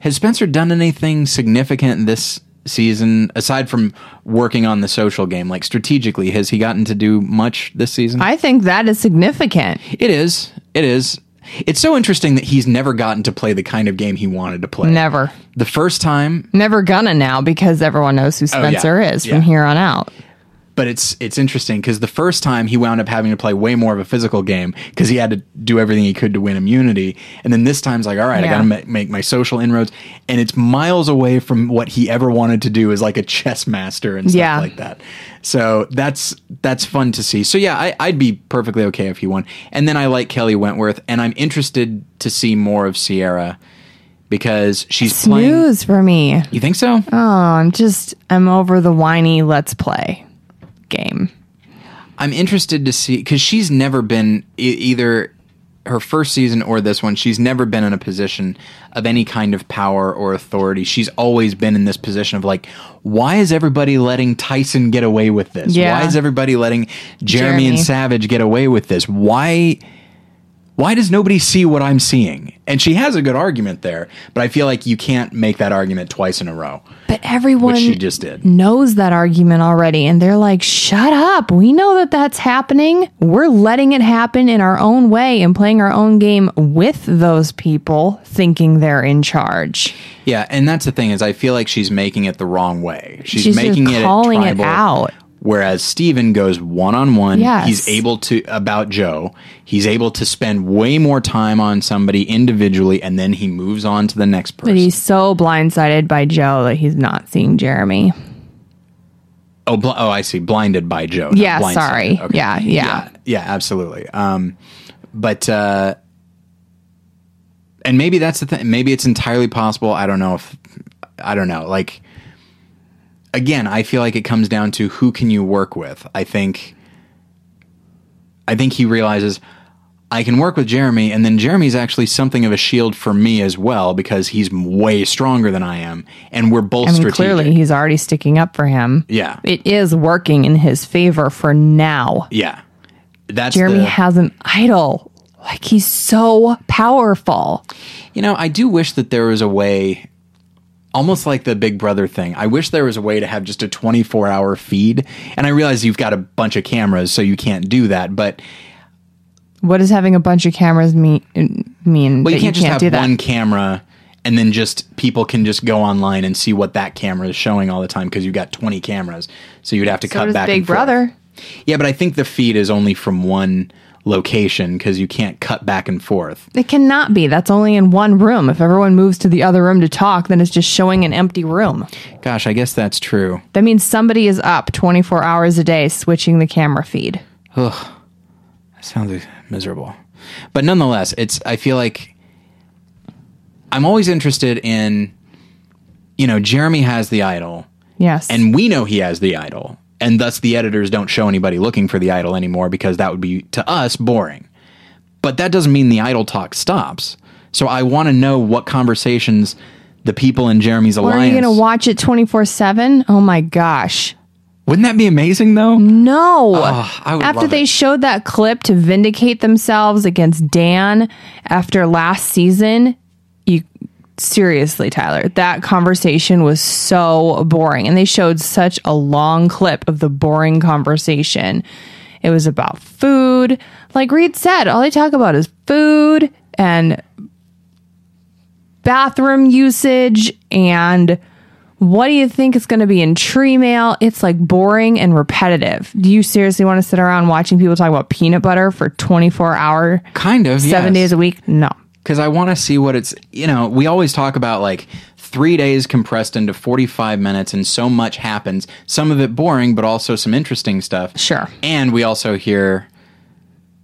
Has Spencer done anything significant this season aside from working on the social game? Like strategically, has he gotten to do much this season?
I think that is significant.
it is. It is. It's so interesting that he's never gotten to play the kind of game he wanted to play.
Never.
The first time,
Never gonna now because everyone knows who
Oh, yeah.
Spencer is
Yeah.
from here on out.
but it's it's interesting because the first time he wound up having to play way more of a physical game because he had to do everything he could to win immunity, and then this time's like, all right, I
Yeah.
gotta ma- make my social inroads, and it's miles away from what he ever wanted to do as like a chess master and stuff
Yeah.
like that. So that's that's fun to see. So yeah, I, I'd be perfectly okay if he won, and then I like Kelly Wentworth, and I'm interested to see more of Sierra because she's playing.
Snooze for me.
You think so?
Oh, I'm just I'm over the whiny let's play game.
I'm interested to see because she's never been e- either her first season or this one. She's never been in a position of any kind of power or authority. She's always been in this position of like, why is everybody letting Tyson get away with this?
Yeah.
Why is everybody letting Jeremy,
Jeremy.
and Savage get away with this? Why? Why does nobody see what I'm seeing? And she has a good argument there, but I feel like you can't make that argument twice in a row,
But everyone
which she just did.
knows that argument already and they're like, "Shut up. We know that that's happening. We're letting it happen in our own way and playing our own game with those people thinking they're in charge."
Yeah, and that's the thing is I feel like she's making it the wrong way. She's,
She's just
making it
calling
at
it
tribal,
out.
Whereas Steven goes one on one.
Yes.
He's able to about Joe. He's able to spend way more time on somebody individually and then he moves on to the next person.
But he's so blindsided by Joe that he's not seeing Jeremy.
oh, bl- oh, I see. Blinded by Joe. not
Yeah,
blindsided.
sorry.
Okay.
Yeah,
yeah
yeah.
yeah absolutely um but uh and maybe that's the thing maybe it's entirely possible i don't know if i don't know like again i feel like it comes down to who can you work with i think i think he realizes i can work with jeremy and then jeremy's actually something of a shield for me as well because he's way stronger than i am and we're both
I mean,
strategic
clearly he's already sticking up for him.
yeah
It is working in his favor for now.
yeah that's
Jeremy
the,
has an idol. Like he's so powerful.
You know, I do wish that there was a way, almost like the Big Brother thing. I wish there was a way to have just a 24 hour feed. And I realize you've got a bunch of cameras, so you can't do that. But
What does having a bunch of cameras mean? Mean
but
that
you can't
you
just
can't do
have
that.
one camera and then just people can just go online and see what that camera is showing all the time because you've got 20 cameras. So you'd have to
so
cut
does
back.
Big
and forth.
Brother.
Yeah, but I think the feed is only from one location because you can't cut back and forth.
It cannot be. That's only in one room. If everyone moves to the other room to talk, then it's just showing an empty room.
Gosh, I guess that's true.
That means somebody is up 24 hours a day switching the camera feed.
sounds miserable but nonetheless it's i feel like i'm always interested in you know jeremy has the idol
Yes.
and we know he has the idol and thus the editors don't show anybody looking for the idol anymore because that would be to us boring but that doesn't mean the idol talk stops so i want to know what conversations the people in jeremy's
Or are you
alliance
going to watch it 24 7? Oh my gosh.
wouldn't that be amazing though
No.
Oh, I would
Mm-hmm. after
love
they
it.
showed that clip to vindicate themselves against Dan after last season, you seriously, Tyler, that conversation was so boring. And they showed such a long clip of the boring conversation. It was about food. Like Reed said, all they talk about is food and bathroom usage and what do you think is going to be in tree mail? It's like boring and repetitive. Do you seriously want to sit around watching people talk about peanut butter for 24 hour,
kind of
seven
yes.
days a week? No.
because I want to see what it's. You know, we always talk about like three days compressed into 45 minutes, and so much happens. Some of it boring, but also some interesting stuff.
Sure.
And we also hear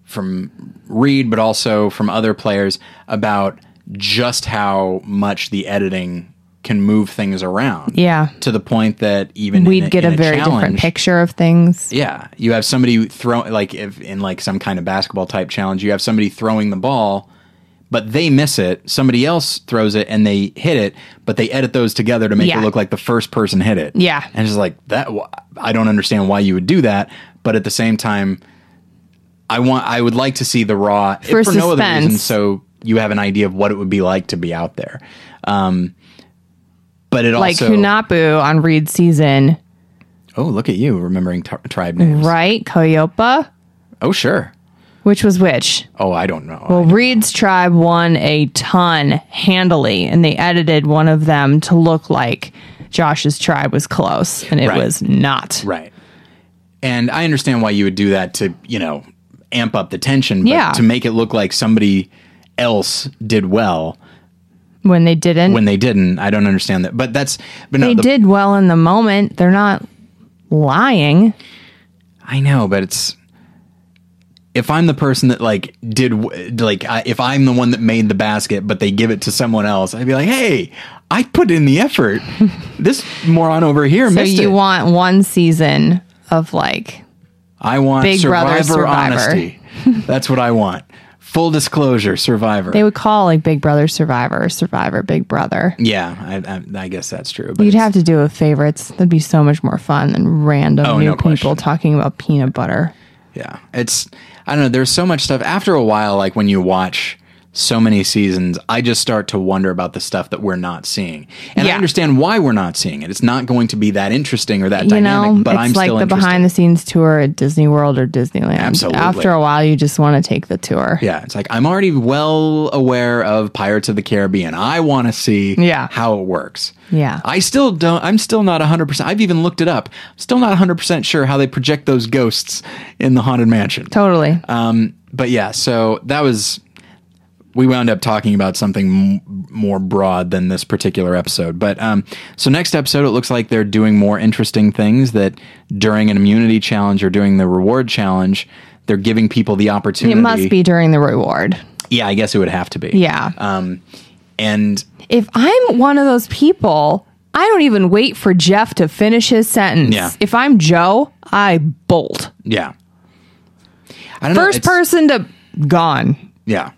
from Reed, but also from other players about just how much the editing can move things around.
Yeah.
To the point that even in
We'd get
in
a very different
challenge-
picture of things.
yeah, you have somebody throw like if in like some kind of basketball type challenge, you have somebody throwing the ball, but they miss it. Somebody else throws it and they hit it, but they edit those together to make
Yeah.
it look like the first person hit it.
Yeah.
and it's just like that. wh- I don't understand why you would do that, but at the same time, I want. I would like to see the raw if for no other reason,
suspense.
so you have an idea of what it would be like to be out there. Um, but it
like
also
Hunapu on Reed season,
oh look at you remembering t- tribe
Mm-hmm.
names.
right? Coyopa,
Oh sure.
which was which?
Oh I don't know.
Well, Reed's tribe won a ton handily, and they edited one of them to look like Josh's tribe was close, and it
Right.
was not.
Right. And I understand why you would do that to, you know, amp up the tension, but
Yeah.
to make it look like somebody else did well
When they didn't,
when they didn't. I don't understand that. But that's but no,
they
the-
did well in the moment. They're not lying.
I know, but it's if I'm the person that like did w- like I, if I'm the one that made the basket, but they give it to someone else, I'd be like, "Hey, I put in the
[LAUGHS]
effort. this moron over here
So
missed
you
it."
want one season of like
I want
Big Brother
survivor,
Survivor.
honesty. That's what I want. Full disclosure, Survivor.
they would call like Big Brother Survivor, Survivor Big Brother.
Yeah, I, I, I guess that's true. But
You'd
it's-
have to do with favorites. That'd be so much more fun than random
Oh,
new
no
people
question.
talking about peanut butter.
yeah, it's I don't know. There's so much stuff. After a while, like when you watch so many seasons, I just start to wonder about the stuff that we're not seeing, and I
Yeah.
understand why we're not seeing it. It's not going to be that interesting or that
You
dynamic.
know,
but
it's
I'm
like
still
the
interested.
behind the scenes tour at Disney World or Disneyland.
Absolutely.
After a while, you just want to take the tour.
yeah, it's like I'm already well aware of Pirates of the Caribbean. I want to see
Yeah.
how it works.
Yeah.
I still don't. I'm still not 100. percent I've even looked it up. I'm still not 100 percent sure how they project those ghosts in the haunted mansion.
Totally.
Um, but yeah, so that was. We wound up talking about something m- more broad than this particular episode. But um, so next episode, it looks like they're doing more interesting things that during an immunity challenge or during the reward challenge, they're giving people the opportunity.
it must be during the reward.
Yeah, I guess it would have to be.
Yeah.
Um, and
If I'm one of those people, I don't even wait for Jeff to finish his sentence.
Yeah.
If I'm Joe, I bolt.
yeah. I don't know,
First
it's-
person to gone,
Yeah.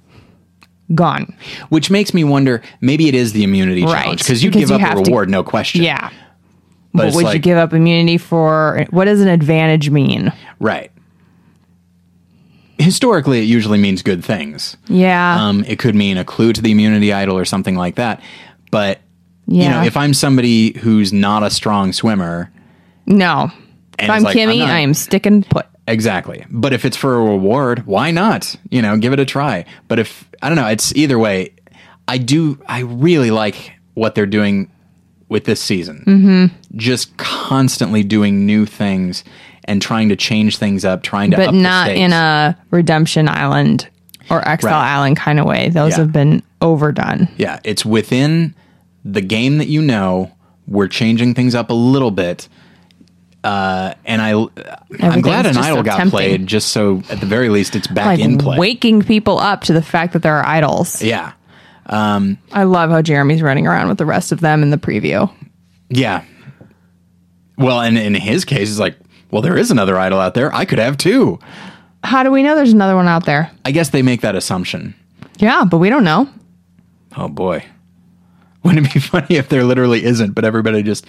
gone.
Which makes me wonder maybe it is the immunity
Right,
challenge because you
because
give
you
up
have
a
to-
reward, no question.
Yeah.
But
But
it's
would you
like-
give up immunity for? What does an advantage mean?
Right. Historically, it usually means good things.
Yeah.
Um, it could mean a clue to the immunity idol or something like that. But you
Yeah.
know, if I'm somebody who's not a strong swimmer,
no. If
And
I'm
it's like, I'm
Kimmy,
not-
I am sticking put.
exactly. But if it's for a reward, why not? You know, give it a try. But if I don't know, it's either way. I do. I really like what they're doing with this season. Mm-hmm. Just constantly doing new things and trying to change things up, trying to up
but
the
not
stakes.
in a Redemption Island or Exile
Right.
Island kind of way. Those
Yeah.
have been overdone.
Yeah, it's within the game that you know. We're changing things up a little bit. Uh, and I, I'm glad an
just
idol
so
got
tempting.
played just so at the very least it's back
Like
in play.
waking people up to the fact that there are idols.
Yeah.
I love how Jeremy's running around with the rest of them in the preview.
Yeah. Well, and in his case, it's like, well, there is another idol out there. I could have two.
How do we know there's another one out there?
I guess they make that assumption.
Yeah, but we don't know.
Oh boy. [LAUGHS] Wouldn't it be funny if there literally isn't, but everybody just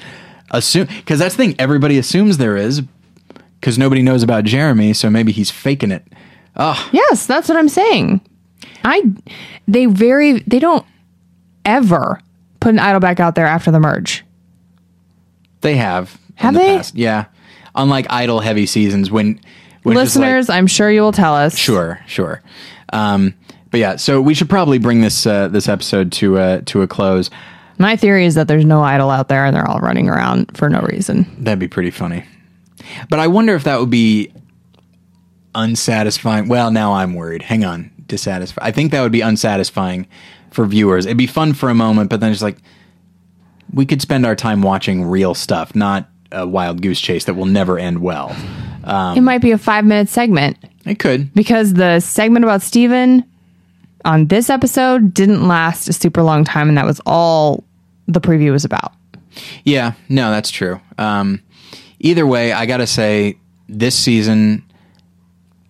assume because that's the thing, everybody assumes there is because nobody knows about Jeremy, so maybe he's faking it.
Yes, that's what I'm saying. I they very they don't ever put an idol back out there after the merge.
They have. in
Have
the
they?
Past. Yeah. Unlike idle heavy seasons when, when it's just like-
Listeners, I'm sure you will tell us.
Sure, sure. Um, but yeah, so we should probably bring this uh, this episode to uh, to a close.
My theory is that there's no idol out there and they're all running around for no reason.
That'd be pretty funny. But I wonder if that would be unsatisfying. Well, now I'm worried. Hang on. Dissatisfied. I think that would be unsatisfying for viewers. It'd be fun for a moment, but then it's like we could spend our time watching real stuff, not a wild goose chase that will never end well.
it might be a 5-minute segment
It could.
because the segment about Steven on this episode didn't last a super long time and that was all the preview was about.
Yeah, no, that's true. Um, either way, I gotta say this season,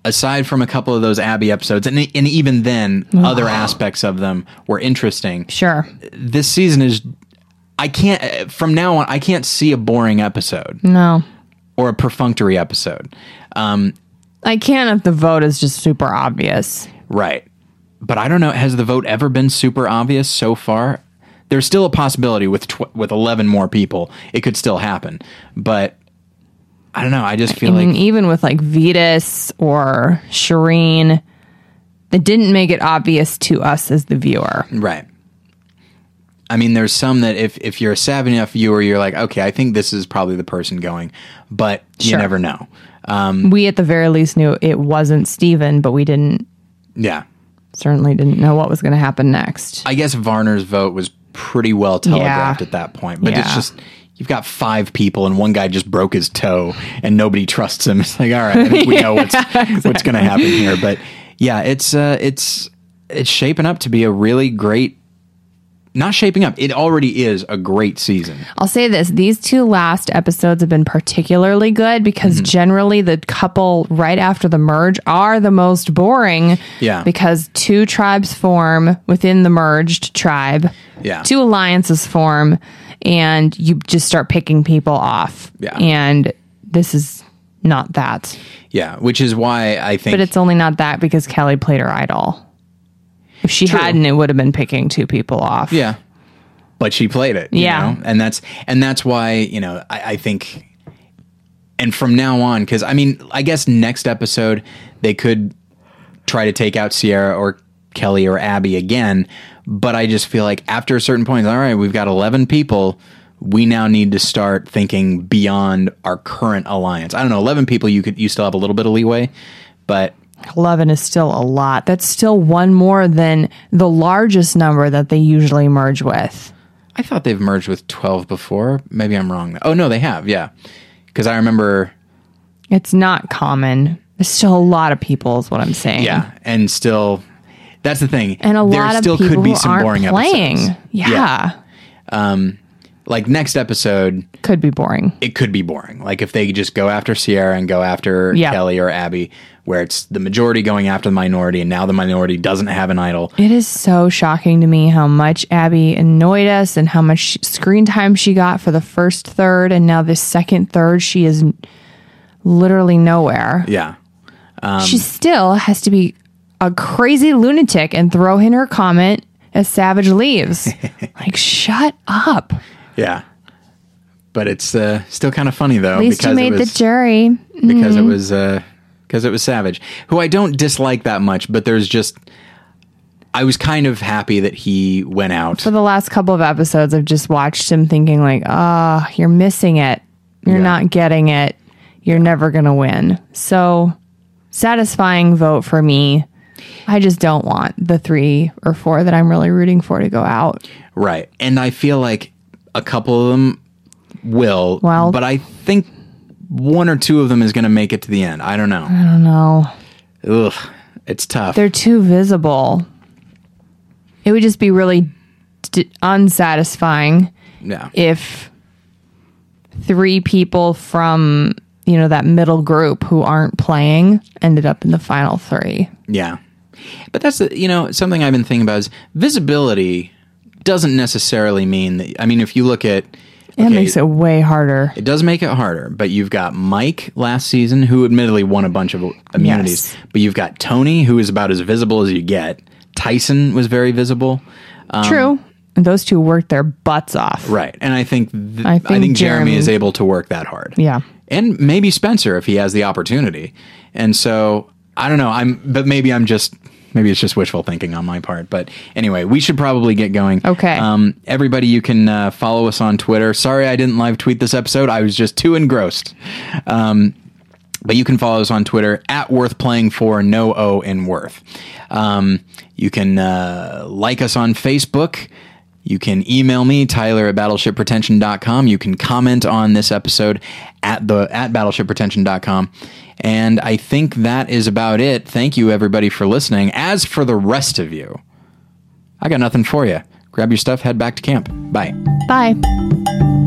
aside from a couple of those Abby episodes, and, and even then, other aspects of them were interesting.
Sure.
This season is, I can't uh, from now on, I
Mm.
can't see a boring episode
No.
or a perfunctory episode. Um,
I can if the vote is just super obvious.
Right. But I don't know. Has the vote ever been super obvious so far? There's still a possibility with tw- with 11 more people, it could still happen. But I don't know. I just feel
I mean,
like
even with like Vetus or Shireen, it didn't make it obvious to us as the viewer.
right. I mean, there's some that if if you're a savvy enough viewer, you're like, okay, I think this is probably the person going, but you
Sure.
never know.
We at the very least knew it wasn't Steven, but we didn't
Yeah.
certainly didn't know what was going to happen next.
I guess Varner's vote was pretty well telegraphed
Yeah.
at that point, but it's
Yeah.
just you've got five people and one guy just broke his toe and nobody trusts him. [LAUGHS] It's like, all right, I think we
[LAUGHS]
know what's what's going to happen here, but yeah, it's uh, it's it's shaping up to be a really great. Not shaping up. It already is a great season.
I'll say this these two last episodes have been particularly good because generally the couple right after the merge are the most boring.
Yeah.
Because two tribes form within the merged tribe,
Yeah.
two alliances form, and you just start picking people off.
Yeah.
And this is not that.
Yeah, which is why I think.
But it's only not that because Kelly played her idol. If she
True.
hadn't, it would have been picking two people off.
Yeah. But she played it. you
Yeah.
know? And that's and that's why, you know, I, I think and from now on, because I mean, I guess next episode they could try to take out Sierra or Kelly or Abby again, but I just feel like after a certain point, all right, we've got eleven people. We now need to start thinking beyond our current alliance. I don't know, eleven people you could you still have a little bit of leeway, but
11 is still a lot. That's still one more than the largest number that they usually merge with.
I thought they've merged with 12 before. Maybe I'm wrong. Oh, no, they have. Yeah. Because I remember,
It's not common. There's still a lot of people, is what I'm saying.
yeah. And still, that's the thing.
And a
there
lot
still
of people
could be
who
some
aren't
boring
playing.
episodes.
Yeah.
Like next episode,
Could be boring.
it could be boring. Like if they just go after Sierra and go after
Yeah.
Kelly or Abby, where it's the majority going after the minority, and now the minority doesn't have an idol.
It is so shocking to me how much Abby annoyed us and how much sh- screen time she got for the first third. And now this second third, she is n- literally nowhere.
Yeah. Um,
she still has to be a crazy lunatic and throw in her comment as Savage leaves.
[LAUGHS]
like, shut up. At
Yeah. But it's uh, still kind of funny, though.
least you
it
made the
was-
jury.
because
Mm-hmm.
it was because it was Savage, who I don't dislike that much, but there's just I was kind of happy that he went out.
For the last couple of episodes, I've just watched him thinking, like, ah, you're missing it. You're
Yeah.
not getting it. You're never going to win. So, satisfying vote for me. I just don't want the three or four that I'm really rooting for to go out.
Right. And I feel like a couple of them will,
Well-
but I think one or two of them is going to make it to the end. I don't know.
I don't know.
Ugh, it's tough.
Mm-hmm. they're too visible. It would just be really d- unsatisfying
Yeah.
if three people from you know that middle group who aren't playing ended up in the final three.
Yeah. But that's, the- you know, something I've been thinking about is visibility doesn't necessarily mean that, I mean, if you look at,
It
okay,
makes it way harder.
It does make it harder, but you've got Mike last season, who admittedly won a bunch of immunities,
Yes.
but you've got Tony, who is about as visible as you get. Tyson was very visible,
True, Um, and those two worked their butts off.
right? And I think th- I
I
think,
think
Jeremy,
Jeremy-
is able to work that hard.
Yeah.
and maybe Spencer if he has the opportunity. And so I don't know. I'm, but maybe I'm just maybe it's just wishful thinking on my part. But anyway, we should probably get going.
Okay.
Um, everybody, you can uh, follow us on Twitter. Sorry, I didn't live tweet this episode. I was just too engrossed. Um, but you can follow us on Twitter at Worth Playing for No O in Worth. Um, you can uh, like us on Facebook. You can email me, Tyler at battleshipretention.com. You can comment on this episode at the at battleshipretention.com. And I think that is about it. Thank you everybody for listening. As for the rest of you, I got nothing for you. Grab your stuff, head back to camp. Bye.
Bye.